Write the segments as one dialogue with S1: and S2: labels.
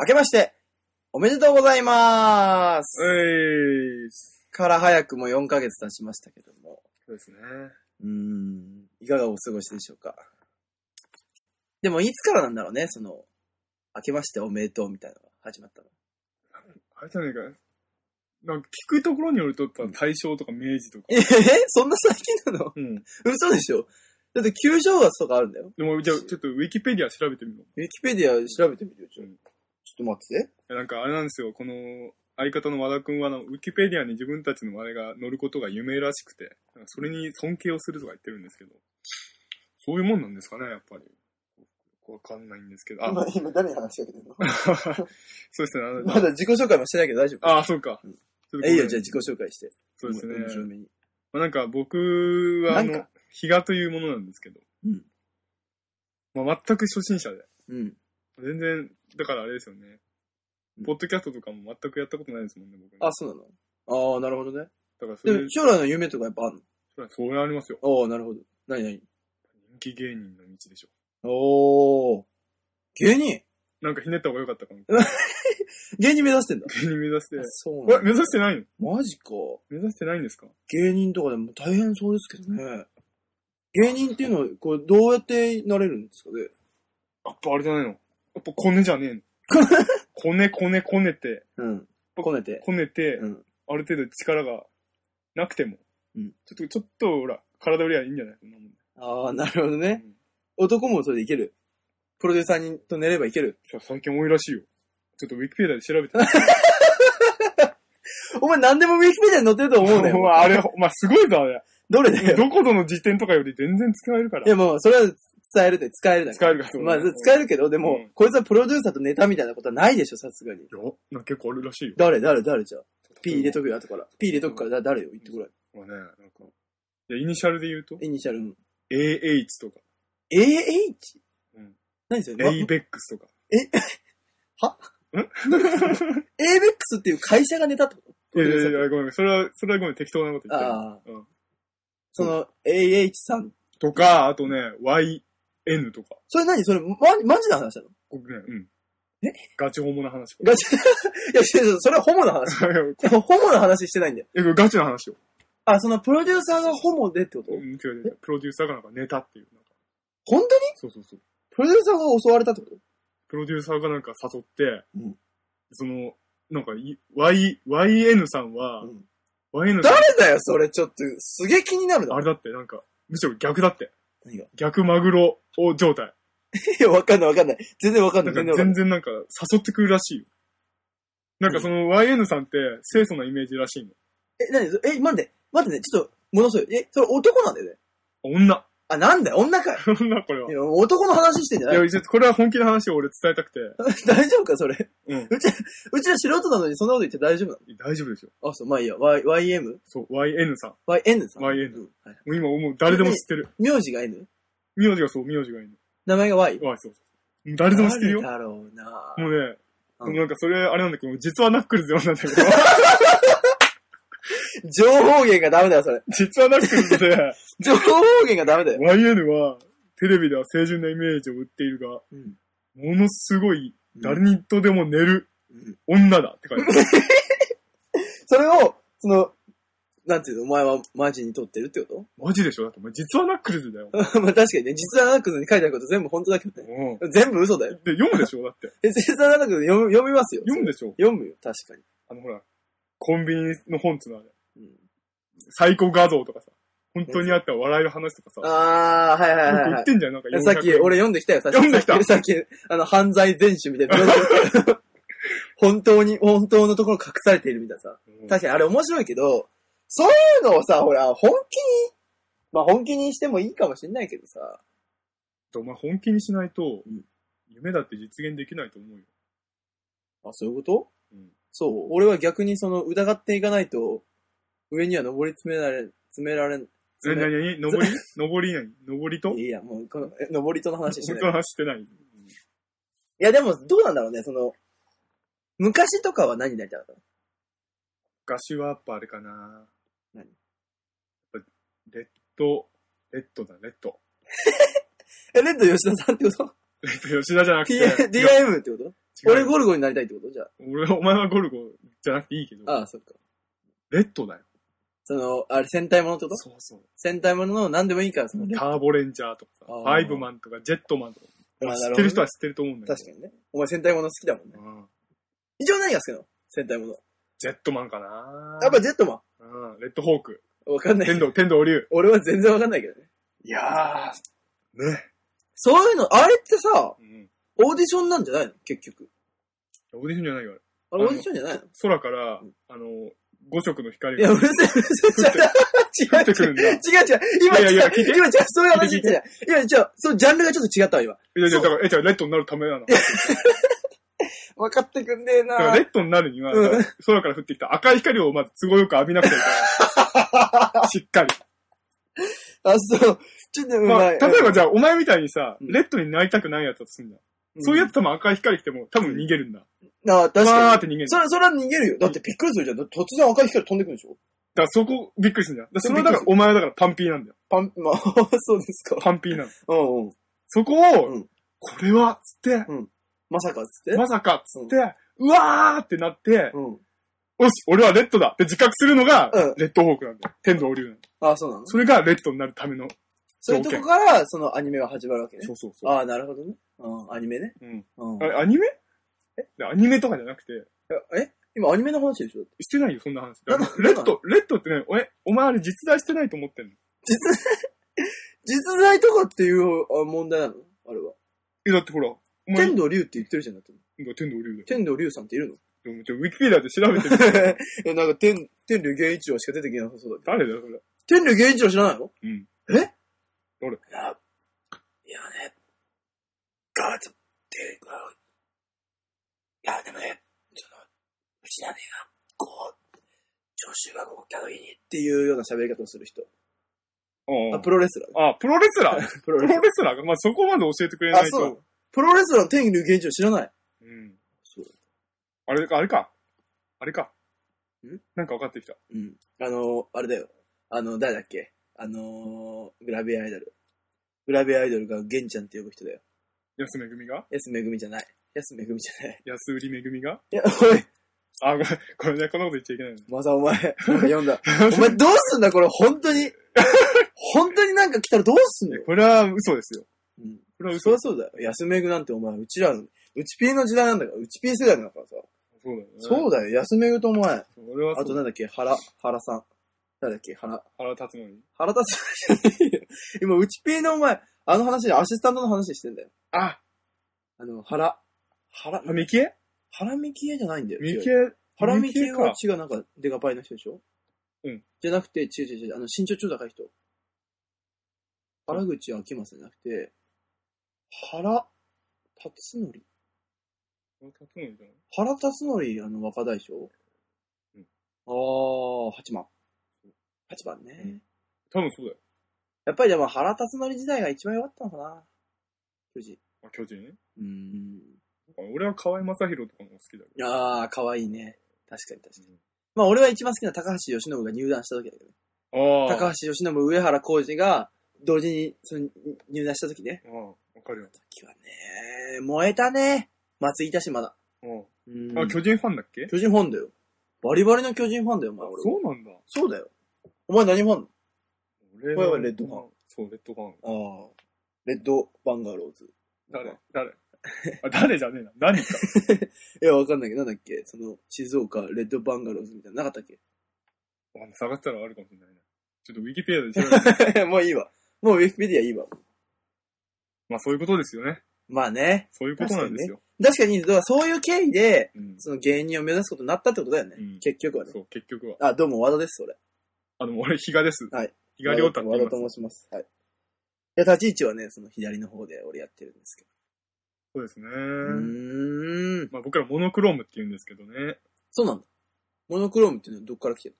S1: 明けまして、おめでとうございまーす。
S2: ういそ
S1: から早くも4ヶ月経ちましたけども。
S2: うですね。
S1: うーん、いかがお過ごしでしょうか。でも、いつからなんだろうね、その、明けましておめでとうみたいなのが始まったの。
S2: あれじゃねえかなんか聞くところによると、大正とか明治とか。
S1: えへへそんな最近なの
S2: うん。
S1: 嘘でしょだって、旧正月とかあるんだよ。
S2: でも、じゃあ、ちょっとウィキペディア調べてみよ
S1: ウィキペディア調べてみるよ、じゃあ
S2: うん
S1: ちょっと待ってて。
S2: う。なんかあれなんですよ、この、相方の和田くんはあの、ウィキペディアに自分たちのあれが載ることが夢らしくて、なんかそれに尊敬をするとか言ってるんですけど、そういうもんなんですかね、やっぱり。わかんないんですけど。あ、
S1: 今誰に話しかけてんの
S2: そうですね。あの
S1: まだ自己紹介もしてないけど大丈夫。
S2: あ、そうか。
S1: うん
S2: ちょっとごめん
S1: えいいよ、じゃあ自己紹介して。
S2: そうですね。
S1: 面白めに。
S2: まあ、なんか僕は
S1: な
S2: あ
S1: ん
S2: の
S1: か、
S2: 比嘉というものなんですけど、
S1: うん
S2: まあ、全く初心者で、
S1: うん。
S2: 全然、だからあれですよね
S1: うん、
S2: ポッドキャストとかも全くやったことないですもんね、僕ね。
S1: あ、そうなのああ、なるほどね。
S2: だからそ
S1: で
S2: れ
S1: も、、将来の夢とかやっぱあんの
S2: それはそれはありますよ。
S1: おおなるほど。なになに
S2: 人気芸人の道でしょ。
S1: おー。芸人
S2: なんかひねった方が良かったかも。
S1: 芸人目指してんだ。
S2: 芸人目指して。
S1: そうな
S2: え、
S1: んだ。
S2: 目指してないの
S1: マジか。
S2: 目指してないんですか
S1: 芸人とかでも大変そうですけどね。芸人っていうのは、こう、どうやってなれるんですかね
S2: やっぱあれじゃないのやっぱコネじ ゃねえの。コネコネコネて、
S1: うん。こねて。
S2: こねて、
S1: うん。
S2: ある程度力がなくても、
S1: うん
S2: ちょっと、ちょっと、ほら、体売りゃいいんじゃないそんなもん。
S1: ああ、なるほどね。
S2: うん
S1: 男もそれでいける。プロデューサーにと寝ればいける。
S2: そう最近多いらしいよ。ちょっとウィキペディアで調べて
S1: お前何でもウィキペディアに載ってると 思うね。
S2: お前あれ、お前すごいぞ、あれ。
S1: どれだよ。
S2: どこどの辞典とかより全然使えるか
S1: いや
S2: ら。
S1: もう、それは伝えるで、使えるだけ。
S2: 使えるから、
S1: まあ、使えるけど、でも、
S2: うん
S1: こいつはプロデューサーとネタみたいなことはないでしょ、さすがに。
S2: よ、なんか結構あるらしいよ。
S1: 誰、誰、誰じゃあ。P
S2: ピ
S1: 入れと
S2: く。
S1: くよ、後から。P 入れとくから、だ誰よ、言ってこい。
S2: まあね、なんか。いや、イニシャルで言うと、
S1: イニシャル。うん
S2: AH とか、
S1: AH?
S2: うん
S1: 何それ
S2: ABEX とか。
S1: ?ABEX っていう会社がネタってこと
S2: いやいやいや、ごめん、それは、それはごめん、適当なこと言ってる。
S1: ああ。
S2: うん
S1: その、AH さん。
S2: とか、あとね、YN とか。
S1: それ何それ、ま、マジな話なの
S2: これね、うん。
S1: え
S2: ガチホモな話。これ
S1: ガチ、 いや、違う違うそれはホモの話。 でも、ホモの話してないんだよ。
S2: え、これガチな話よ。
S1: あ、その、プロデューサーがホモでってこと
S2: うん違う違う違うプロデューサーがなんかネタっていう。なんか
S1: 本当に
S2: そうそうそう。
S1: プロデューサーが襲われたってこと
S2: プロデューサーがなんか誘って、
S1: うん
S2: その、なんかい、Y、YN さんは、
S1: うん
S2: YN さん
S1: 誰、だよ、それ、ちょっと、すげえ気になるな
S2: あれ。だって、なんか、むしろ逆だって。
S1: 何が
S2: 逆マグロを状態。
S1: いや、わかんないわかんない。全然わかん
S2: な
S1: ない。
S2: んか
S1: 全然わかん
S2: 全
S1: ない。
S2: 然なんか誘ってくるらしいよ。なんかその YN さんって清楚なイメージらしいの。
S1: え、何それえ、待って、待ってね、ちょっと、戻そうよ。え、それ男なんだよね。
S2: 女。
S1: あ、なんだよ、女かよ。
S2: 女これは。
S1: い
S2: い
S1: や男の話してんじゃない
S2: や、ちょっとこれは本気の話を俺伝えたくて。
S1: 大丈夫か、それ。
S2: うん。
S1: うちら素人なのにそんなこと言って大丈夫な
S2: 大丈夫ですよ。
S1: のあ、そう、まあいいや。Y、YM?YN
S2: そう、YN さ
S1: さ
S2: ん。
S1: ん。
S2: YN
S1: うんはい
S2: もう今もう誰でも知ってる。
S1: 名字が N?
S2: 名字がそう、名字がいい
S1: 名前が Y?
S2: の。あ、そうそう。誰でも知ってるよ。
S1: 誰だろうな
S2: もうね、
S1: うん
S2: なんかそれ、あれなんだけど、実はナックルズで読んだんだけど、
S1: 情報源がダメだよ、それ。
S2: 実はナックルズで、
S1: 情報源がダメだよ。
S2: YN はテレビでは清純なイメージを売っているが、
S1: うん
S2: ものすごい、誰にとでも寝る
S1: うん
S2: 女だって書いてある。
S1: それを、その、なんていうの、お前はマジに撮ってるってこ
S2: マジでしょだってお前、実はナックルズだよ。
S1: と まあ確かにね、実はナックスに書いてあること全部本当だけどね。
S2: うん。
S1: 全部嘘だよ。
S2: で、読むでしょだって。
S1: え、実はナックス読む読みますよ。
S2: 読むでしょ
S1: 読むよ、確かに。
S2: あの、ほら、コンビニの本っつうのはね、
S1: うん
S2: 最高画像とかさ、本当にあった笑える話とかさ、
S1: あー、はいはいは
S2: よく
S1: い
S2: 言
S1: は
S2: ってんじゃん、なんか
S1: い。さっき、
S2: 400
S1: 俺読んできたよ、さっき。
S2: 読んできた
S1: さっき、さっきあの、犯罪全集みたいな。 本当に、本当のところ隠されているみたいなさ。
S2: うん
S1: 確かに、あれ面白いけど、そういうのをさ、ほら、本気に、まあ本気にしてもいいかもしれないけどさ、
S2: お前本気にしないと
S1: うん、
S2: 夢だって実現できないと思うよ。
S1: あ、そういうこと
S2: うん
S1: そう。俺は逆にその、疑っていかないと、上には登り詰められ、詰められん、
S2: え、
S1: 詰
S2: な
S1: め
S2: になに登り登り何登りと
S1: いや、もう、この、え登りとの話してない
S2: 本当。の話してない。
S1: いや、でも、どうなんだろうね、その、昔とかは何になりたかったの
S2: 昔はやっぱあれかな。
S1: 何
S2: やっぱレッド、レッドだ、レッド。
S1: え、レッド吉田さんってこと
S2: レッド吉田じゃなく
S1: T-
S2: て、
S1: ?DIM ってこと
S2: 違う
S1: 俺ゴルゴになりたいってことじゃ
S2: 俺、お前はゴルゴじゃなくていいけど、
S1: あ。ああ、そっか。
S2: レッドだよ。
S1: その、あれ、戦隊ものってこと
S2: そうそう。
S1: 戦隊ものの何でもいいから、その、
S2: ターボレンジャーとかさ、フ
S1: あー
S2: ァイブマンとか、ジェットマンとか、
S1: まあ
S2: 知
S1: なるほどね
S2: ってる人は知ってると思うんだけど。
S1: 確かにね。お前戦隊もの好きだもんね。
S2: うん
S1: 一応何が好きなの戦隊もの。
S2: ジェットマンかな
S1: やっぱジェットマ
S2: うん、レッドホーク。
S1: ン。わかんな
S2: 天
S1: い。
S2: 道、天道竜。
S1: 俺は全然わかんないけどね。
S2: いやー、ね。
S1: そういうの、あれってさ、
S2: うん。
S1: オーディションなんじゃないの結局。
S2: オーディションじゃないよ、あれ。
S1: あれオーディションじゃないの
S2: 空から
S1: うん、
S2: あの、五色の光
S1: いや、
S2: が
S1: う。るせえ、うるせえ。
S2: 降っ
S1: 違
S2: て
S1: う
S2: く
S1: 違
S2: る
S1: う。
S2: んだ。い
S1: 違う違う。今、
S2: いやいや
S1: 違う今、違う、そういう話じゃない。今、違う、そう、ジャンルがちょっと違ったわ、今。
S2: やいや、だから、え、じゃあレッドになるためなの。だ
S1: 分かってくんねえ
S2: から
S1: な
S2: レッドになるには
S1: うん、
S2: 空から降ってきた赤い光をまず都合よく浴びなくてはいけない。 しっかり。
S1: あ、そう。ちょっとう
S2: ま
S1: ま
S2: あ、
S1: い。
S2: 例えばじゃあ、お前みたいにさ、
S1: うん
S2: レッドになりたくないやつだとすんだ。
S1: ん
S2: そういうやつ多分赤い光来ても、多分逃げるんだ。
S1: ああ、確
S2: わー
S1: か
S2: って逃げる
S1: に。
S2: んだ。
S1: それ、それは逃げるよ。だってびっくりするじゃん。だって突然赤い光飛んでくるでしょ
S2: だからそこ、びっくりするんだよ。だからそれはだから
S1: びっくりす、
S2: お前はだからパンピーなんだよ。
S1: パン、まあ、 そうですか。
S2: パンピーなの。
S1: うんうん。
S2: そこを、
S1: うん
S2: これは、つって、
S1: まさかっつって。
S2: まさか、つって、うわーってなって、
S1: うん。
S2: よし、俺はレッドだって自覚するのが
S1: うん、
S2: レッドホークなんだよ。天道竜なの。
S1: ああ、そうなの
S2: それがレッドになるための。
S1: そういうとこから、そのアニメが始まるわけね。
S2: うそうう。
S1: ああ、なるほどね。うん、アニメね。
S2: うん。
S1: うん
S2: あ。れ、アニメえアニメとかじゃなくて、
S1: え今アニメの話でしょ
S2: してないよ、そんな話。
S1: な
S2: だ
S1: んだ
S2: からレッド、レッドってね、え、お前あれ実在してないと思ってんの
S1: 実在とかっていうあ問題なのあれは。
S2: え、だってほら、お前、
S1: 天道竜って言ってるじゃん。だって
S2: 天道竜だよ。
S1: 天道竜さんっているの
S2: でもちょ、ウィキペディアで調べてみ
S1: いやなんか天、天竜源一郎しか出てきなさそうだけど。
S2: 誰だよ、それ。
S1: 天竜源一郎知らないの
S2: うん。
S1: え
S2: 誰
S1: いや、いやね、ガードって、いや、でもね、その、うちなねが、こう、聴衆がこう、来た時にっていうような喋り方をする人。
S2: あ
S1: あ、プロレスラーね。
S2: あ、プロレス ラー。
S1: プ
S2: プ
S1: ロ
S2: ロ
S1: レスラ
S2: レスラーが、まあ、そこまで教えてくれ
S1: ー。あ
S2: な、い
S1: そ
S2: と。
S1: う。プロレスラーの天竜源一郎知らない。
S2: うん。
S1: そう。
S2: あれか、あれか。あれか。
S1: ん
S2: なんか分かってきた。
S1: うん。あの、あれだよ。あの、誰だっけあのー、グラビアアイドル。グラビアアイドルがゲンちゃんって呼ぶ人だよ。
S2: 安めぐみが
S1: 安めぐみじゃない。安めぐみじゃない。
S2: 安売りめぐみが
S1: いや、おい、
S2: あ、ごめん、これね、こんなこと言っちゃいけないのね。
S1: まさお前、なんか読んだ。 お前どうすんだこれ、本当 に。本当になんか来たらどうすんの
S2: いや
S1: よ。
S2: これは嘘ですよ。
S1: うん。
S2: これは
S1: そ
S2: 嘘
S1: り
S2: で
S1: ゃそうだよ。安めぐなんてお前、うちらの、うちピーの時代なんだから、うちピー世代だからさ。
S2: す。そうだよね。
S1: そうだよ、安めぐとお前。
S2: 俺は
S1: あと
S2: そう
S1: なんだっけ、原、原さん。誰だっけ、原。
S2: 腹立つのに。
S1: 原田さんじゃねえよ。 今、うちピーのお前、あの話でアシスタントの話してんだよ。
S2: あ、
S1: あの、原。原、
S2: あ、みきえ
S1: 原みきえじゃないんだよ。
S2: みき
S1: 違う
S2: え
S1: 原みきえは
S2: か。
S1: 違う、なんか、デカパイの人でしょ
S2: うん。
S1: じゃなくて、違う違う違う、あの、身長超高い人。原口あきまさんじゃなくて、原辰徳
S2: 腹立つのにだ
S1: 原辰徳、
S2: な
S1: あの、若大将
S2: うん
S1: あー、八番。八番ね。
S2: うん多分そうだよ。
S1: やっぱりでも原辰徳時代が一番良かったのかな。富士。
S2: あ、巨人ね。
S1: うん。
S2: 俺は河合正宏とかも好きだけ
S1: あー、可愛いね。確かに確かに。
S2: ど。
S1: まあ俺は一番好きな高橋由伸が入団した時だけどね。
S2: ああ。
S1: 高橋由伸、上原浩二が同時にその入団した時ね。
S2: ああ、わかるよ。
S1: 時はね、燃えたね。松井田島だ。
S2: う
S1: うん
S2: ん。あ、巨人ファンだっけ
S1: 巨人ファンだよ。バリバリの巨人ファンだよ、お前。俺
S2: そうなんだ。
S1: そうだよ。お前何ファン
S2: 俺
S1: これはレッドファ
S2: ン。そう、レッドファン。
S1: ああ。レッド・バンガローズ。
S2: 誰誰あ、誰じゃねえな。何か。
S1: いや、わかんないけど、なんだっけその、静岡、レッド・バンガローズみたいな、なかったっ
S2: あ探したらあるかもしれないな。ちょっとウィキペディアで調べて。
S1: けもういいわ。もうウィキペディアいいわ。
S2: まあそういうことですよね。
S1: まあね。
S2: そういうことなんですよ。
S1: 確かに、だからそういう経緯で、
S2: うん。
S1: その芸人を目指すことになったってことだよね。
S2: うん
S1: 結局はね。
S2: そう、結局は。
S1: あ、どうも、和田です、俺。
S2: あ、でも俺、比嘉です。
S1: はい。
S2: 比嘉亮太って
S1: 和
S2: 言い
S1: 田
S2: ます。
S1: と申します。はい。いや、立ち位置はね、その左の方で俺やってるんですけ
S2: そうですね。
S1: ど。うーん。
S2: まあ僕らモノクロームって言うんですけどね。
S1: そうなんだ。モノクロームっていうのはどっから来てる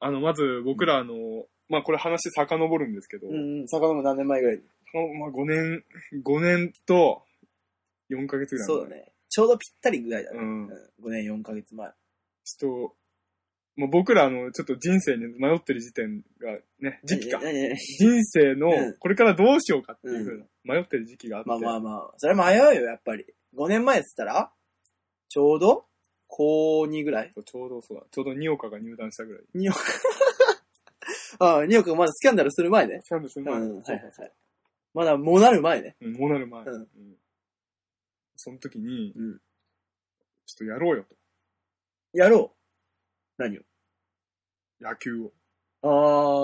S2: あの、まず僕らあの、まあこれ話遡るんですけど、
S1: んうん、遡る何年前ぐらい
S2: まあ5年、5年と4ヶ月ぐらい前
S1: そうだ。ね。ちょうどぴったりぐらいだね。
S2: うん。
S1: うん、5年4ヶ月前。
S2: ちょっと、まあ、僕らあの、ちょっと人生に迷ってる時点がね、時期か。
S1: 何々
S2: 人生の
S1: うん、
S2: これからどうしようかっていうふうな、迷ってる時期があって。
S1: まあまあまあ、それ迷うよ、やっぱり。 5年前っつったら、ちょうど、高2ぐらい
S2: そうちょうどそうだ。ちょうど二岡が入団したぐらい。
S1: ?2 億。ああ、2億がまだスキャンダルする前ね。
S2: キャンドルする
S1: うん、
S2: 前
S1: はい
S2: に
S1: はいはい。まだ、もうなる前ね。
S2: うん、もうなる前。
S1: うん
S2: その時に、
S1: うん
S2: ちょっとやろうよと。
S1: やろう。何
S2: 野球を。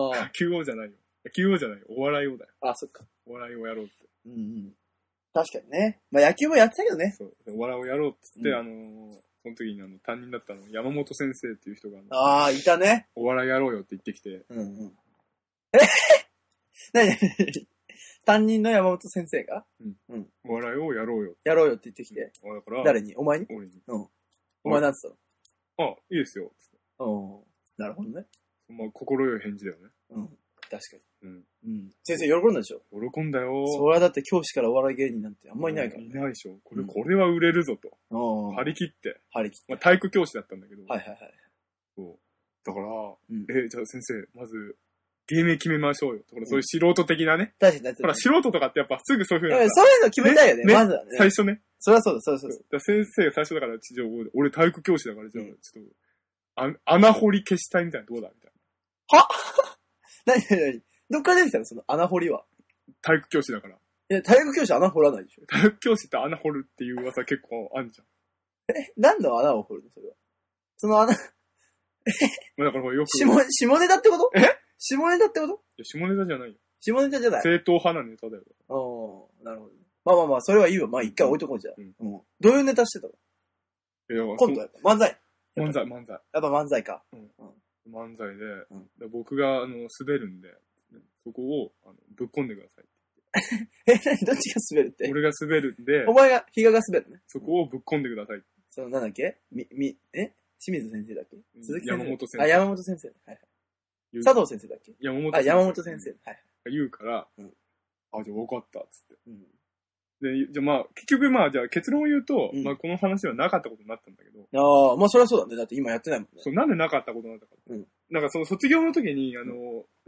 S1: を。あ
S2: 野球をじゃないよ。野球をじゃないよ。お笑いをだよ。
S1: あ。あ、そっか。
S2: お笑いをやろうって。
S1: うんうん。確かにね。まあ野球もやってたけどね。
S2: そう。お笑いをやろうって言って、
S1: うん
S2: あのーその時にあの、担任だったの、山本先生っていう人が、あの
S1: ああ、いたね。
S2: お笑いやろうよって言ってきて、
S1: うんうん。 えなになになに担任の山本先生が
S2: お笑いをやろうよっ
S1: やろうよって言ってき
S2: て
S1: て。。
S2: あだから、
S1: 誰にお前に
S2: 俺に。
S1: お前なんつっ
S2: あ、いいですよ。つって
S1: たのうん。なるほどね。
S2: まあ、心よい返事だよね。
S1: うん。確か
S2: うん。
S1: に。うん。先生喜んだでしょ
S2: 喜んだよ。
S1: それはだって教師からお笑い芸人なんてあんまいないから
S2: い
S1: ね。
S2: ないでしょ。これ、
S1: うん
S2: これは売れるぞと。
S1: うん。
S2: 張り切って。
S1: 張り切
S2: まあ、体育教師だったんだけど。
S1: はいはいはい。
S2: そう。だから、
S1: うん
S2: え、じゃあ先生、まず、芸名決めましょうよ。ところ、そういう素人的なね。
S1: 確かに、だって。
S2: ほら、素人とかってやっぱすぐそういうふう
S1: い
S2: な
S1: やそういうの決めたいよね、
S2: ね
S1: まずはね。
S2: 最初ね。
S1: そりゃそうだ、そりゃそう
S2: だ
S1: だ。
S2: から先生が最初だから、地上俺体育教師だから、じゃあ、
S1: うん
S2: ちょっと、あ穴掘り消したいみたいな、どうだみたい
S1: 何何何どっから出てきたのその穴掘りは。
S2: な。体育教師だから。
S1: いや、体育教師穴掘らないでしょ。
S2: 体育教師って穴掘るっていう噂結構あんじゃん。
S1: 何の穴を掘るのそれは。その穴、
S2: まあ、だからほらよく、
S1: 下、下ネタってこと
S2: え
S1: 下ネタってこと
S2: いや下ネタじゃないよ。
S1: 下ネタじゃない。
S2: 正統派なネタだよ。
S1: ああ、なるほど。まあまあまあ、それはいいわ。まあ一回置いとこうじゃ。
S2: うん
S1: うん。どういうネタしてたの
S2: いや、
S1: 今度やっぱ漫才。
S2: そう漫才、漫才。
S1: やっぱ漫才か。
S2: 漫才で、
S1: うん
S2: で僕が、あの、滑るんで、そこを、あのぶっこんでください。
S1: え、何どっちが滑るって。
S2: 俺が滑るんで
S1: お、前が、比嘉が滑るね。
S2: そこをぶっこんでください。
S1: その、なんだっけみ、み、え清水先生だっけ
S2: うん
S1: 鈴木先生。
S2: 山本先生
S1: あ、山本先生。はいはい。
S2: 言う
S1: 佐藤先生だっけ
S2: 山本
S1: あ、山本先生。。はい。
S2: が言うから、
S1: うん
S2: あ、じゃあ分かった、つって。
S1: うん。
S2: で、じゃあまあ、結局まあ、じゃあ結論を言うと、
S1: うん
S2: まあこの話はなかったことになったんだけど、
S1: ああ、まあそりゃそうだね。だって今やってないもんね。
S2: そうなんでなかったことになったかって、
S1: うん
S2: なんかその卒業の時に、あの、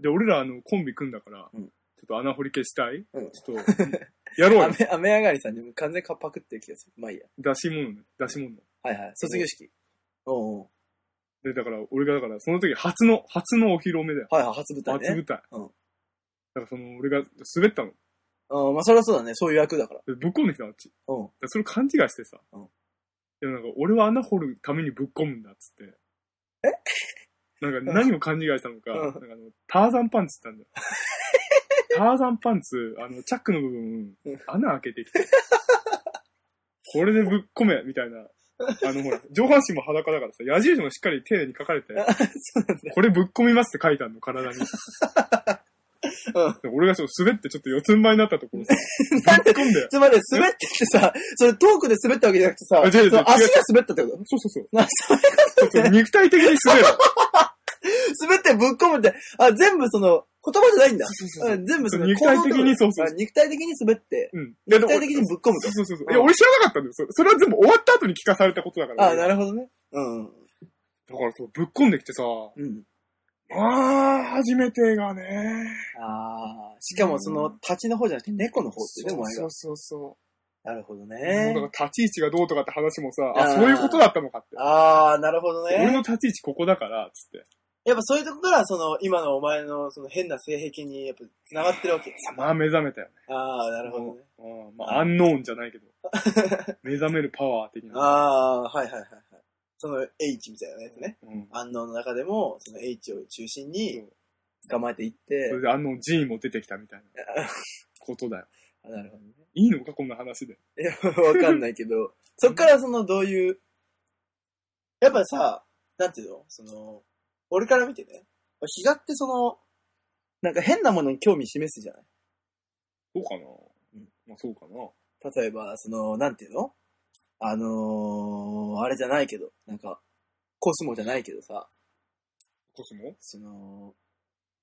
S2: で、俺らあの、コンビ組んだから、
S1: うん
S2: ちょっと穴掘り消したい、
S1: うん
S2: ちょっと、やろう よ
S1: 雨、雨上がりさんにも完全カッパ食ってる気がする。まあいいや。
S2: 出し物ね、出し物。
S1: はいはい。卒業式。おうおう
S2: で、だから、俺がだから、その時初の、初のお披露目だよ。
S1: はいはい、初舞台
S2: 初
S1: ね。
S2: 舞台。
S1: うん
S2: だからその、俺が滑ったの。
S1: うん、まあそりゃそうだね。そういう役だから。
S2: でぶっこんできたの、あっち。
S1: うん。
S2: だからそれ勘違いしてさ。
S1: うん
S2: でもなんか、俺は穴掘るためにぶっ込むんだっつって。えなんか、何を勘違いしたのか、
S1: うん
S2: なんかあの、ターザンパンツって言ったん だよ。ターザンパンツ、あの、チャックの部分
S1: うん、
S2: 穴開けてきて。これでぶっ込め、みたいな。あの、ほら、上半身も裸だからさ、矢印もしっかり丁寧に書かれ て、
S1: そうなんだ。
S2: これぶっ込みますって書いてあるの、体 に。俺がそう滑ってちょっと四つん這いに なったところさ、ぶっ込んで。
S1: つまり滑ってきてさ、 それトークで滑ったわけじゃなくてさ、
S2: あ違う違う違う
S1: その足が滑ったってこと
S2: そうそうそう。
S1: なそれ
S2: ちょっと肉体的に滑る。
S1: 滑ってぶっ込むって、あ、全部その、言葉じゃないんだ。
S2: そうそうそう
S1: うん全部その、
S2: 肉体的に
S1: 行動ってこと
S2: そうそうそう
S1: あ肉体的に滑って、
S2: うん。いや
S1: 肉体的にぶっ込むと
S2: そう。そうそうそ
S1: う
S2: う。
S1: ん
S2: いや、俺知らなかったんだよ。そそれは全部終わった後に聞かされたことだから。
S1: あ、なるほどね。うん。
S2: だからそう、ぶっこんできてさ、
S1: うん。
S2: ああ、初めてがね。
S1: ああ、しかもその、立ちの方じゃなくて猫の方ってね、お前
S2: そ
S1: が
S2: う。そうそ
S1: なるほど
S2: う。もう
S1: ね。
S2: だから立ち位置がどうとかって話もさ、
S1: あー
S2: あ、そういうことだったのかって。
S1: ああ、なるほど
S2: 俺
S1: ね。
S2: の立ち位置ここだから、つって。
S1: やっぱそういうとこから、その、今のお前の、その変な性癖に、やっぱ、繋がってるわけ。
S2: まあ目覚めたよね。
S1: ああ、なるほどね。
S2: うん、まあアンノーンじゃないけ ど。目覚めるパワー的
S1: あ
S2: な。
S1: あ、はいはいはいはい。その、H みたいなやつね。
S2: うん。
S1: 安納の中でも、その H を中心に捕まえていっ
S2: そ
S1: て
S2: れ、でアンノーン G も出てきたみたいなことだよ。
S1: あなるほどね。
S2: いいのか、こんな話で。
S1: いや、 わかんないけど、そっからその、どういう、やっぱさ、なんていうのその、俺から見てね、比嘉ってその、なんか変なものに興味示すじゃない
S2: そうかな。
S1: ん
S2: まあそうかな。
S1: 例えば、その、なんていうのあのー、あれじゃないけど、なんか、コスモじゃないけどさ、
S2: コスモ
S1: その、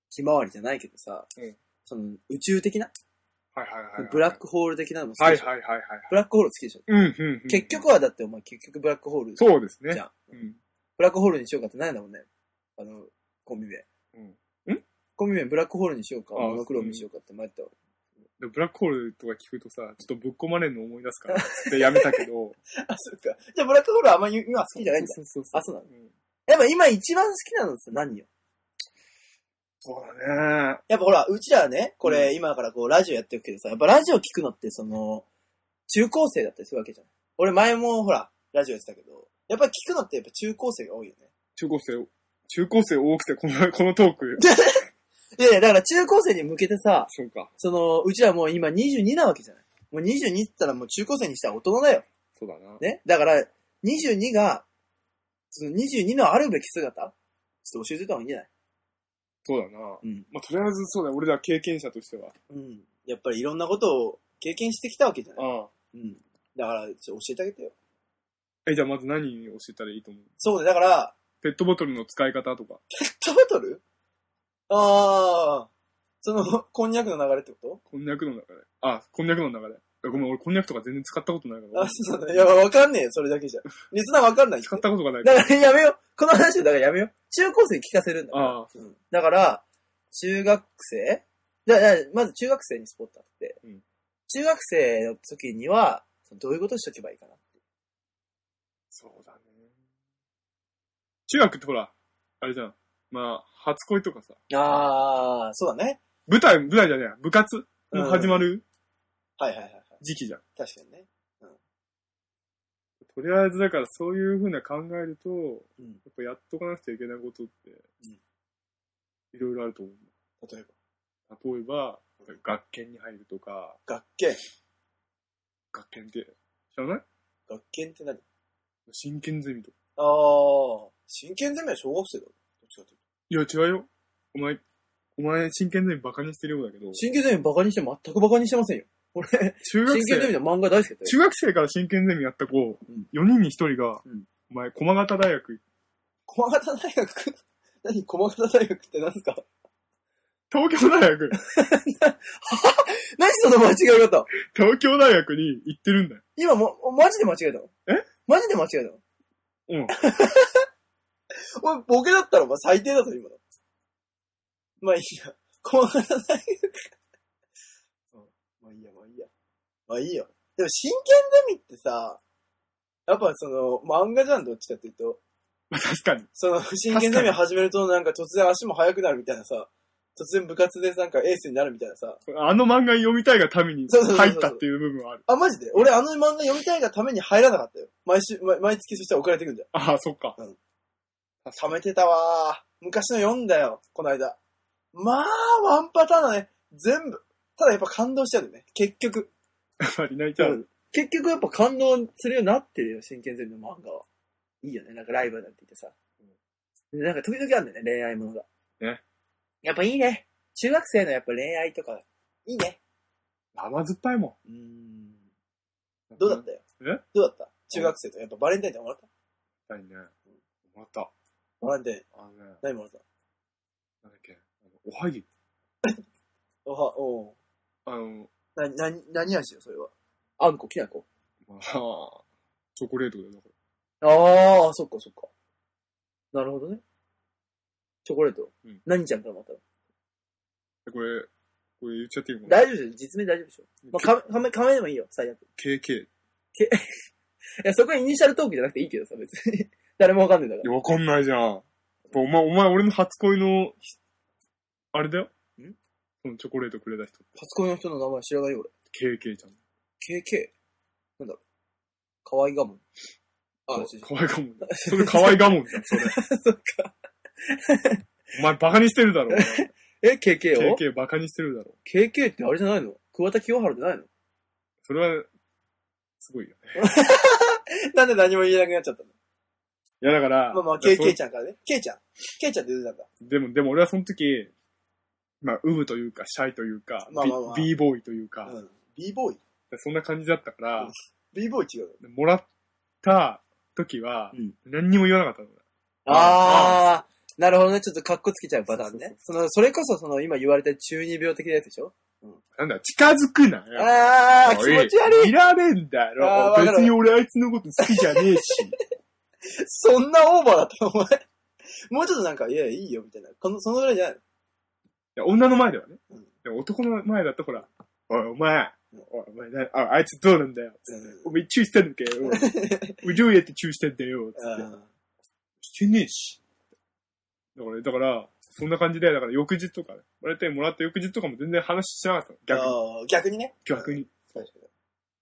S1: ひまわりじゃないけどさ、
S2: うん
S1: その、宇宙的な、
S2: はいはいはい、はい。
S1: ブラックホール的なのも好き
S2: はい
S1: でしょ、
S2: はいはいはい。
S1: ブラックホール好きでしょ、
S2: うん、うん。
S1: 結局はだってお前結局ブラックホール
S2: そうです
S1: じ
S2: ね
S1: ゃ。ん。
S2: うん。
S1: ブラックホールにしようかってないんだもんね。あの、コンビ名。
S2: うん
S1: コンビ名ブラックホールにしようか、
S2: あ
S1: モノクロームにしようかって迷ったわ。
S2: でブラックホールとか聞くとさ、ちょっとぶっ込まれるの思い出すから、つってやめたけど。
S1: あ、 そっか。じゃあ、ブラックホールはあんまり今好き じゃないんだ。
S2: そうそうそう
S1: あ、そうなの
S2: うん
S1: やっぱ今一番好きなのって何よ
S2: そうだね。
S1: やっぱほら、うちらはね、これ今からこうラジオやってるけどさ、やっぱラジオ聞くのってその、中高生だったりするわけじゃん。俺前もほら、ラジオやってたけど、やっぱ聞くのってやっぱ中高生が多いよね。
S2: 中高生、中高生多くて、この、 このトーク。
S1: いやいや、だから中高生に向けてさ、
S2: そうか。
S1: その、うちらもう今22なわけじゃない。もう22って言ったらもう中高生にしたら大人だよ。
S2: そうだな。
S1: ね。だから、22が、その22のあるべき姿ちょっと教えてた方がいいんじゃない
S2: そうだな。
S1: うん
S2: まあ、とりあえずそうだよ、俺ら経験者としては。
S1: うん。やっぱりいろんなことを経験してきたわけじゃない
S2: ああ。
S1: うん。だから、ちょっと教えてあげてよ。
S2: え、じゃあまず何を教えたらいいと思う
S1: そうね、だから、
S2: ペットボトルの使い方とか、
S1: ペットボトルああ、その、こんにゃくの流れってこ
S2: こんにゃくの中で。あ、こんにゃくの中で。あごめん、俺こんにゃくとか全然使ったことないか
S1: とあ、
S2: ら。
S1: そうだね。いや、わかんねえよ、それだけじゃ。リスナーわかんないって
S2: 使ったことがないから。
S1: だからやめよう。この話だからやめよう。中高生に聞かせるんだから。
S2: ああ、
S1: うんだから、中学生じゃあじゃあまず中学生にスポットあって、
S2: うん
S1: 中学生の時には、そのどういうことしとけばいいかな。
S2: そうだね。中学ってほら、あれじゃん。まあ、初恋とかさ。
S1: ああ、そうだね。
S2: 舞台、舞台じゃねえや。部活
S1: う
S2: の
S1: ん
S2: 始まる
S1: はいはいはいはい。
S2: 時期じゃん。
S1: 確かにね。
S2: とりあえずだからそういうふうな考えると、
S1: うん
S2: やっぱやっとかなくちゃいけないことって、
S1: うん
S2: いろいろあると思う。
S1: 例えば。
S2: 例えば、学研に入るとか、
S1: 学研。
S2: 学研って、知らない
S1: 学研って何
S2: 真剣ゼミとか。
S1: ああ、真剣ゼミは小学生だろ。どっちかという
S2: いや、違うよ。お前、お前、真剣ゼミバカにしてるようだけど
S1: と。、真剣ゼミバカにして全くバカにしてませんよ。俺、
S2: 中学
S1: 真剣ゼミ
S2: 生、
S1: の漫画大好きだった
S2: 中
S1: よ。
S2: 学生から真剣ゼミやった子、
S1: うん
S2: 4人に1人が、
S1: うん
S2: お前、駒形大学、
S1: 駒形大学 何駒形大学って何ですか
S2: 東京 大学、
S1: 何その間違い方
S2: 東京大学に行ってるんだよ。
S1: 今も、マジで間違えたの
S2: え
S1: マジで間違えたの
S2: うん。
S1: お前、ボケだったらお前最低だぞ、今の。まあいいや。駒形大学。うんまあいいや、まあいいや。まあいいよ。でも真剣ゼミってさ、やっぱその、漫画じゃん、どっちかっていうと。
S2: まあ、確かに。
S1: その、真剣ゼミを始めると、なんか突然足も速くなるみたいなさ、突然部活でなんかエースになるみたいなさ。
S2: あの漫画読みたいがために
S1: そうそうそうそう
S2: 入ったっていう部分はある。
S1: あ、マジで俺あの漫画読みたいがために入らなかったよ。毎週、毎毎月そしたら送られてくんじゃん。
S2: ああ、そっか。
S1: 貯めてたわー。昔の読んだよ、この間。まあ、ワンパターンだね。全部。ただやっぱ感動しちゃうよね。結局。
S2: やっぱり泣いちゃう。
S1: 結局やっぱ感動するようになってるよ、真剣ゼミの漫画は。いいよね、なんかライブなんて言ってさ。でなんか時々あるんだよね、恋愛ものが。
S2: ね。
S1: やっぱいいね。中学生のやっぱ恋愛とか、いいね。
S2: 甘酸っぱいも
S1: うーん
S2: ん。
S1: どうだったよ
S2: え
S1: どうだった中学生とやっぱバレンタインってもらった
S2: たいね。また。
S1: バレンタイン
S2: あのね、なんだ
S1: 何もらった
S2: っけ。あのおはぎ。
S1: おは、おう
S2: あの、
S1: な、な、何味よ、それは。あんこ、きなこ。
S2: まあ、チョコレートだよ、だか
S1: ああ、そっかそっか。なるほどね。チョコレート。
S2: うん
S1: 何ちゃんからもらったの
S2: ら。これ、これ言っちゃっていいのかな
S1: 大丈夫でしょ実名大丈夫でしょまあ、か、かめ、かめでもいいよ、最悪。い
S2: ?KK。い
S1: や、そこはイニシャルトークじゃなくていいけどさ、別に。 誰もわかんないんだか
S2: や、
S1: ら。
S2: わかんないじゃん。やっぱお前、お前、俺の初恋の、あれだよ。
S1: ん
S2: そのチョコレートくれた人。
S1: 初恋の人の名前知らないよ、
S2: KK ちゃん。
S1: 俺。KK? なんだろう。かわいがもん。あ、違う違う
S2: かわいがもんだ。それかわいがもんじゃん、そ れ。
S1: そっか。
S2: お前、バカにしてるだろ。
S1: え、KK を
S2: KK バカにしてるだろ。
S1: KK ってあれじゃないの桑田清原じゃないの
S2: それは、すごいよね。
S1: なんで何も言えなくなっちゃったの
S2: いや、だから、
S1: まあまあ、
S2: いや
S1: KK ちゃんからね。K ちゃん。K ちゃんって出てたんだ。
S2: そうでも、でも俺はその時、まあ、ウブというか、シャイというか、
S1: まあまあまあ
S2: B ボーイというか、
S1: うん。b ボーイ
S2: そんな感じだったから、
S1: b ボーイ違うよ。
S2: もらった時は
S1: うん、
S2: 何にも言わなかったの。
S1: あー、なるほどね。ちょっとカッコつけちゃうパターン
S2: そう
S1: ね。その、それこそその今言われた中二病的なやつでしょ
S2: なんだ、近づくなよ。
S1: あー、気
S2: お
S1: 持ち悪い。
S2: 見られんだ
S1: あ
S2: ろ
S1: ーわ。かる
S2: 別に俺あいつのこと好きじゃねえし。
S1: そんなオーバーだったのお前。 もうちょっとなんか、いや、いいよ、みたいな。この、そのぐらいじゃないの
S2: いや女の前ではね
S1: うん。
S2: でも男の前だとほら、おい、お前、おい、お前、なああいつどうなんだよ。お前、注意してんのかよ。おいどうやって注意してんだよ。つって。してねえし。だから、だから、そんな感じで、だから翌日とかね、バレンタインもらった翌日とかも全然話してなかったの。逆に。
S1: 逆逆にね。
S2: 逆に。
S1: 確か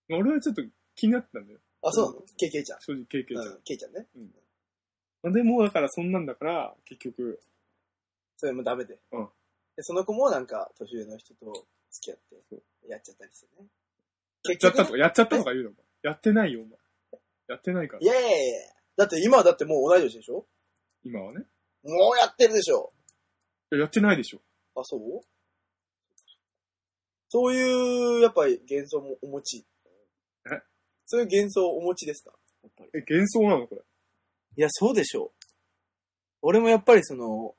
S1: に。
S2: 俺はちょっと気になってたんだよ。
S1: あ、そうなのケイケイちゃん。
S2: 正直経験者。
S1: うん、ケイちゃんね。
S2: でも、だからそんなんだから、結局、
S1: それもダメで。
S2: うん
S1: で、その子もなんか、年上の人と付き合って、やっちゃったりしてね。
S2: やっちゃったとか、やっちゃったとか言うのお前やってないよ、お前。やってないから
S1: い、やいやいやだって今はだってもう同い年でしょ
S2: 今はね。
S1: もうやってるでしょ
S2: いややってないでしょ。
S1: あ、そうそういう、やっぱり幻想もお持ち。
S2: え
S1: そういう幻想お持ちですかやっぱり。
S2: え、幻想なのこれ。
S1: いや、そうでしょう。俺もやっぱりその、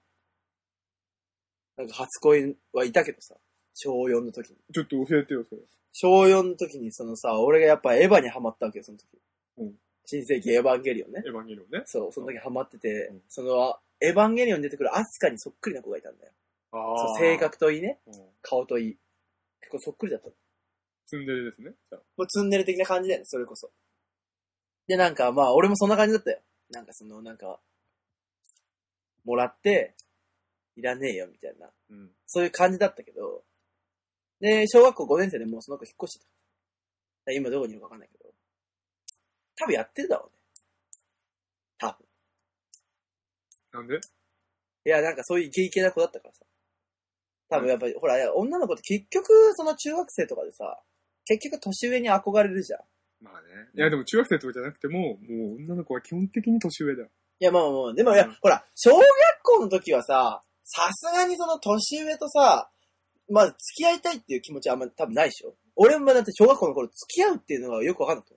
S1: なんか初恋はいたけどさ、小4の時に。
S2: ちょっと教えてよ、それ。
S1: 小4の時にそのさ、俺がやっぱエヴァにハマったわけよ、その時。
S2: うん
S1: 新世紀エヴァンゲリオンね。
S2: エヴァンゲリオンね。
S1: そう、その時ハマってて、
S2: うん
S1: その、エヴァンゲリオンに出てくるアスカにそっくりな子がいたんだよ。
S2: あ
S1: そ
S2: あ
S1: う性。格といいね、
S2: うん
S1: 顔といい。結構そっくりだった。
S2: ツンデレですね。じゃあ
S1: もうツンデレ的な感じだよね、それこそ。で、なんか、まあ、俺もそんな感じだったよ。なんか、その、なんか、もらって、いらねえよ、みたいな。
S2: うん。
S1: そういう感じだったけど、で、小学校5年生でもうその子引っ越してた。で今どこにいるかわかんないけど。多分やってるだろうね。多分。
S2: なんで
S1: いや、なんかそういうイケイケな子だったからさ。多分やっぱり、ほら、いや女の子って結局、その中学生とかでさ、結局年上に憧れるじゃん。
S2: まあね。いや、でも中学生とかじゃなくても、もう女の子は基本的に年上だよ。
S1: いや、まあまあまあ、でもいや、
S2: うん
S1: ほら、小学校の時はさ、さすがにその年上とさ、まあ、付き合いたいっていう気持ちはあんま多分ないでしょ俺もだって小学校の頃付き合うっていうのがよくわかんなくて。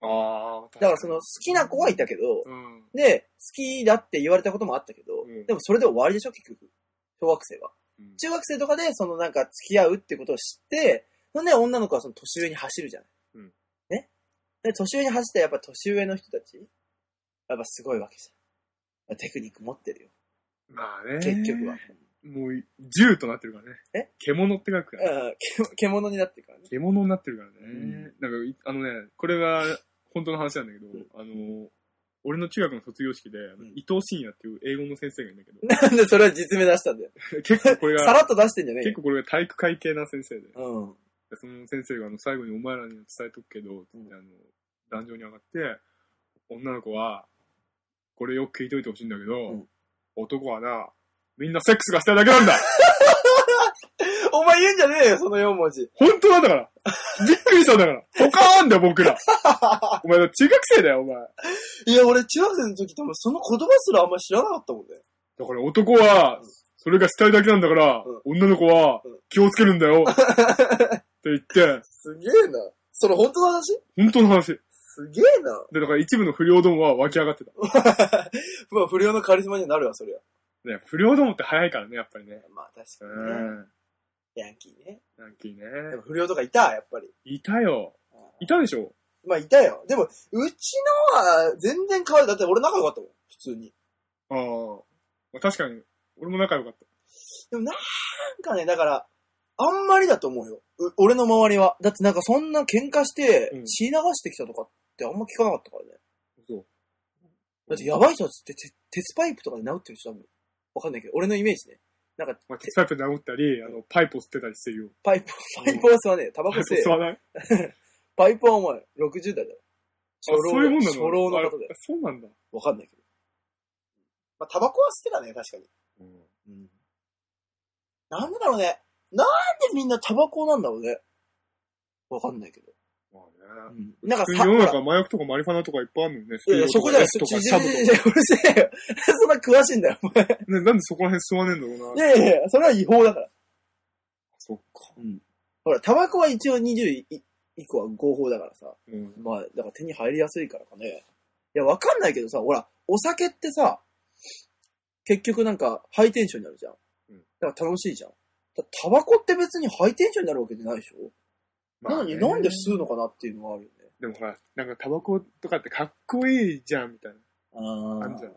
S2: ああ、
S1: だからその好きな子はいたけど、
S2: うん。
S1: で、好きだって言われたこともあったけど、
S2: うん
S1: でもそれで終わりでしょ結局。小学生は。
S2: うん
S1: 中学生とかでそのなんか付き合うってことを知って、そんで女の子はその年上に走るじゃない。
S2: うん
S1: ねで、年上に走ったらやっぱ年上の人たち、やっぱすごいわけじゃん。テクニック持ってるよ。
S2: まあね。
S1: 結局は。。
S2: もう、銃となってるからね。
S1: え
S2: 獣って書くからね。
S1: うんけ獣になってるからね。
S2: 獣になってるからね。
S1: うん
S2: なんかい、あのね、これは本当の話なんだけど、
S1: ん
S2: あの、俺の中学の卒業式で、あの
S1: うん
S2: 伊藤真也っていう英語の先生がいるんだけ
S1: な
S2: ど、
S1: んでそれは実名出したんだよ。
S2: 結構これ
S1: さ
S2: が、
S1: らっと出してんじゃねえ
S2: 結
S1: よ。
S2: 構これが体育会系な先生で、
S1: うん。
S2: でその先生があの最後にお前らには伝えとくけど、つってあの、壇上に上がって、女の子は、これよく聞いといてほしいんだけど、
S1: うん
S2: 男はな、みんなセックスがしたいだけなんだ
S1: お前言うんじゃねえよ、その4文字。
S2: 本当なんだからびっくりしたんだからポカーンだ よ、僕らお前中学生だよ、お前
S1: いや、俺中学生の時多分その言葉すらあんま知らなかったもんね。
S2: だから男は
S1: うん、
S2: それがしたいだけなんだから、
S1: う
S2: 女の子は
S1: うん
S2: 気をつけるんだよ。って言って、
S1: すげえな。それ本当の話
S2: 本当の話。
S1: すげえな。
S2: で、だから一部の不良どもは湧き上がってた。
S1: まあ、不良のカリスマにはなるわ、そりゃ。
S2: ね、不良どもって早いからね、やっぱりね。
S1: まあ、確
S2: う
S1: かにね。
S2: ん。
S1: ヤンキーね。
S2: ヤンキーね。
S1: でも不良とかいた、やっぱり。
S2: いたよ。いたでしょ
S1: まあ、いたよ。でも、うちのは全然変わる。だって俺仲良かったもん、普通に。
S2: ああ。まあ確かに、俺も仲良かった。
S1: でも、なんかね、だから、あんまりだと思うよ。う俺の周りは。だってなんかそんな喧嘩して
S2: う、ん
S1: 血流してきたとかってあんま聞かなかったからね。
S2: そう。
S1: だってやばい人たちって鉄鉄パイプとかで治ってる人多分。わかんないけど、俺のイメージね。なんか、
S2: まあ、鉄パイプで殴ったり、あの、パイプを吸ってたりしてるよ。
S1: パイプ、パイプは吸わねえよ。タバコ
S2: パイプ
S1: 吸え
S2: 吸
S1: よ。
S2: わないあ、
S1: パイプはお前、60代だよ。初老
S2: そういうもんなの
S1: 初老の方だ
S2: あ
S1: よ。
S2: そうなんだ。
S1: わかんないけど。まあ、タバコは好きだね、確かに。うん。なんでだろうね。なんでみんなタバコなんだろうね。わかんないけど。
S2: まあね。
S1: なんか
S2: 普通
S1: さ、
S2: に世の
S1: ほ
S2: 中
S1: ら
S2: 麻薬とかマリファナとかいっぱいあるのよね。
S1: いやいやそこじゃない、
S2: スピ
S1: そっ
S2: ードと
S1: ち、
S2: か S
S1: じ
S2: と
S1: ゃ
S2: かチャブ
S1: うる
S2: とか
S1: せえよ。そんな詳しいんだよ、お前。
S2: ね、なんでそこら辺吸わねえんだろう
S1: い
S2: な。
S1: やいやいや、それは違法だから。
S2: そっか。
S1: ほら、タバコは一応20以降は合法だからさ。
S2: うん。
S1: まあ、だから手に入りやすいからかね。いや、わかんないけどさ、ほら、お酒ってさ、結局なんかハイテンションになるじゃん。
S2: うん
S1: だから楽しいじゃん。だタバコって別にハイテンションになるわけじゃないでしょ、なのになんで吸うのかなっていうのはあるよね。
S2: でもほら、なんかタバコとかってかっこいいじゃん、みたいな。
S1: あ
S2: あるじゃん。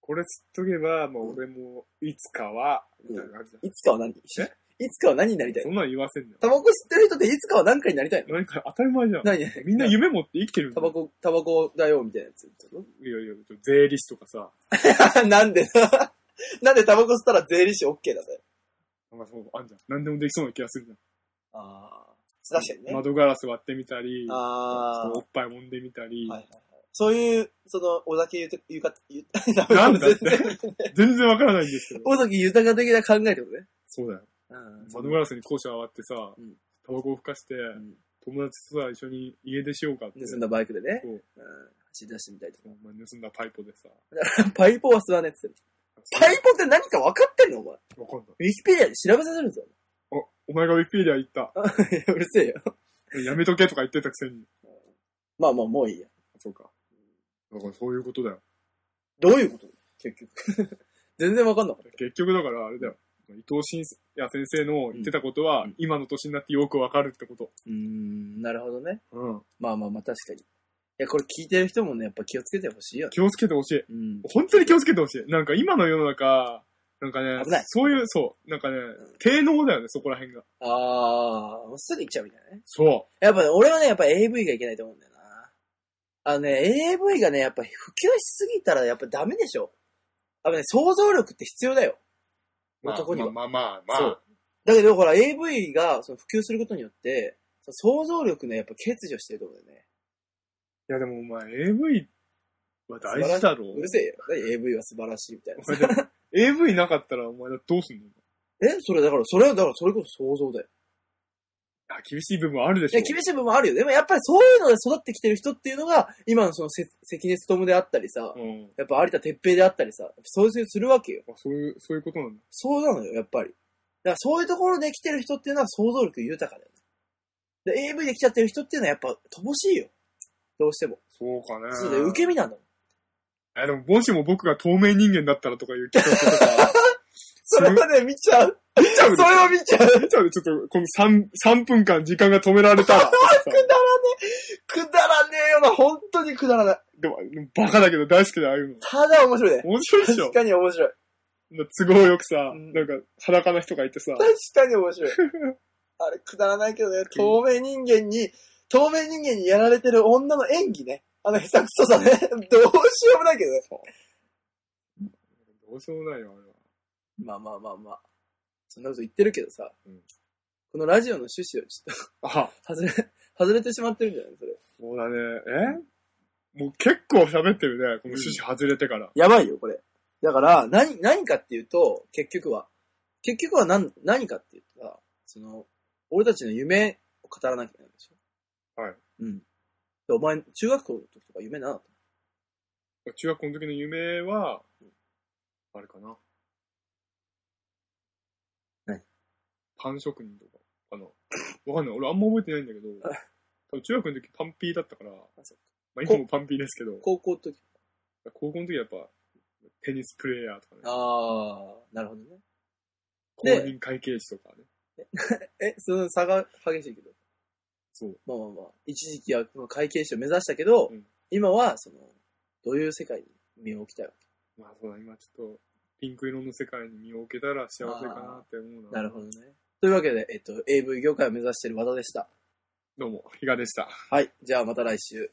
S2: これ吸っとけば、まあ
S1: うん
S2: 俺もいつかは、みたいな感じだ。
S1: いつかは何
S2: え
S1: いつかは何になりたい
S2: そ
S1: の
S2: んなん言わせんね
S1: タバコ吸ってる人っていつかは何かになりたいの
S2: ん。何か当たり前じゃん。
S1: 何々
S2: みんな夢持って生きてるん
S1: タ
S2: だ
S1: バ
S2: よ。
S1: コ、タバコだよ、みたいなやつってこ
S2: いやいや、税理士とかさ。
S1: と。 なんでななんでタバコ吸ったら税理士 OK だぜ。
S2: なんかそう、あんじゃん。何でもできそうな気がするじゃん。
S1: ああ。確かにね。
S2: 窓ガラス割ってみたり、
S1: あ
S2: おっぱい揉んでみたり
S1: あ。、はいはいはい。そういう、その、尾崎豊、言うか、 言う、ダメ
S2: なんだって
S1: 全然
S2: 全然わからないんです けど。
S1: 尾崎豊的な考えってことね。
S2: そうだよ。
S1: うん
S2: 窓ガラスに校舎割ってさ
S1: うん、
S2: タバコをふかして、友達とさ、一緒に家出しようかって。
S1: 盗んだバイクでね。
S2: そう
S1: うん。走り出してみたいと
S2: お前盗んだパイプでさ。
S1: か。パイプは吸わねえって言ってる。パイプって何か分かってんのお前。
S2: プわかんない。
S1: ウィキペディアで調べさせるぞ。
S2: あ、お前がウィキペディア行った。
S1: うるせえよ。
S2: やめとけとか言ってたくせに。
S1: まあまあ、もういいや。
S2: そうか。だからそういうことだよ。
S1: どういうこと結局。 全然分かんなかっ
S2: 結局だからあれだよ。伊藤慎也先生の言ってたことは、
S1: うん
S2: 今の年になってよくわかるってこと。
S1: た。うーん、なるほどね。
S2: うん。
S1: まあまあまあ、確かに。いや、これ聞いてる人もね、やっぱ気をつけてほしいよ。
S2: 気をつけてほしい。
S1: うん。
S2: 本当に気をつけてほしい。なんか今の世の中、なんかね
S1: 危ない、
S2: そういう、そう、なんかね
S1: ん、
S2: 低能だよね、そこら辺が。
S1: あー、もうすぐ行っちゃうみたいなね。
S2: そ
S1: やっぱね、俺はね、やっぱ AV がいけないと思うんだよな。あのね、AV がね、やっぱ普及しすぎたらやっぱダメでしょ。やっぱね、想像力って必要だよ。
S2: う。まあ
S1: 男には
S2: まあまあまあ。
S1: そうだけど、ほら、AV がその普及することによって、その想像力ね、やっぱ欠如してるところだよね。
S2: いやでもお前、AV は大事だろ
S1: うるせえよ。何 AV は素晴らしいみたいな
S2: お。前でも AV なかったらお前だってどうすんの
S1: えそれだから、それは、だからそれこそ想像だよ。
S2: あ厳しい部分はあるで
S1: い
S2: しょ。
S1: や、厳しい部分もあるよ。でもやっぱりそういうので育ってきてる人っていうのが、今のそのせ関根勤であったりさ、
S2: うん。
S1: やっぱ有田哲平であったりさ、そういうするわけよ。
S2: あそういう、そういうことなんだ。
S1: そうなのよ、やっぱり。だからそういうところで来てる人っていうのは想像力豊かだよね。で、AV で来ちゃってる人っていうのはやっぱ乏しいよ。どうしても。
S2: そうかね。
S1: そうだよ、受け身なんだもん。
S2: え、でも、もしも僕が透明人間だったらとかいう企画とか、
S1: それはね、見 ちゃう。
S2: 見ちゃう
S1: それは見ちゃう。
S2: 見ちゃうでちょっと、この3、三分間時間が止められたらとかさ。
S1: くだらねえよな、本当にくだらない。
S2: でも、でもバカだけど大好きだよ、ああいうの。
S1: ただ面白いね。
S2: 面白いっしょ
S1: 確。かに面白い。
S2: 都合よくさ、
S1: うん
S2: なんか、裸の人が いてさ、
S1: 確かに面白い。あれ、くだらないけどね、透明人間に、透明人間にやられてる女の演技ね。あの、下手くそさね。どうしようもないけどね。
S2: どうしようもないよ、あれは。
S1: まあまあまあまあ。そんなこと言ってるけどさ。
S2: うん
S1: このラジオの趣旨をちょっ
S2: あ、
S1: と外れ、 外れてしまってるんじゃないそれ。
S2: そうだね。えもう結構喋ってるね、この趣旨外れてから。
S1: やばいよ、これ。だから、何、何かっていうと、結局は、結局は何、何かっていうとさ、その、俺たちの夢を語らなきゃいけないんでしょ
S2: はい。
S1: うん。でお前、中学校の時とか夢なかった
S2: 中学校の時の夢は、あれかな。
S1: 何
S2: パン職人とかかな。わかんない。俺あんま覚えてないんだ けど、多分中学の時パンピーだったから、
S1: そっ
S2: まあ今もパンピーですけど、
S1: 高校の時。
S2: 高校の時はやっぱ、テニスプレイヤーとかね、
S1: ああ、なるほどね。
S2: 公
S1: で
S2: 認会計士とかね。
S1: え、その差が激しいけど。
S2: そう。
S1: まあまあまあ、一時期はこの会計士を目指したけど、
S2: うん
S1: 今は、その、どういう世界に身を置きたいわ
S2: まあそうだ、今ちょっと、ピンク色の世界に身を置けたら幸せかなって思う
S1: けな
S2: な。
S1: るほどね。というわけで、えっと、AV 業界を目指している和田でした。
S2: どうも、比嘉でした。
S1: はい、じゃあまた来週。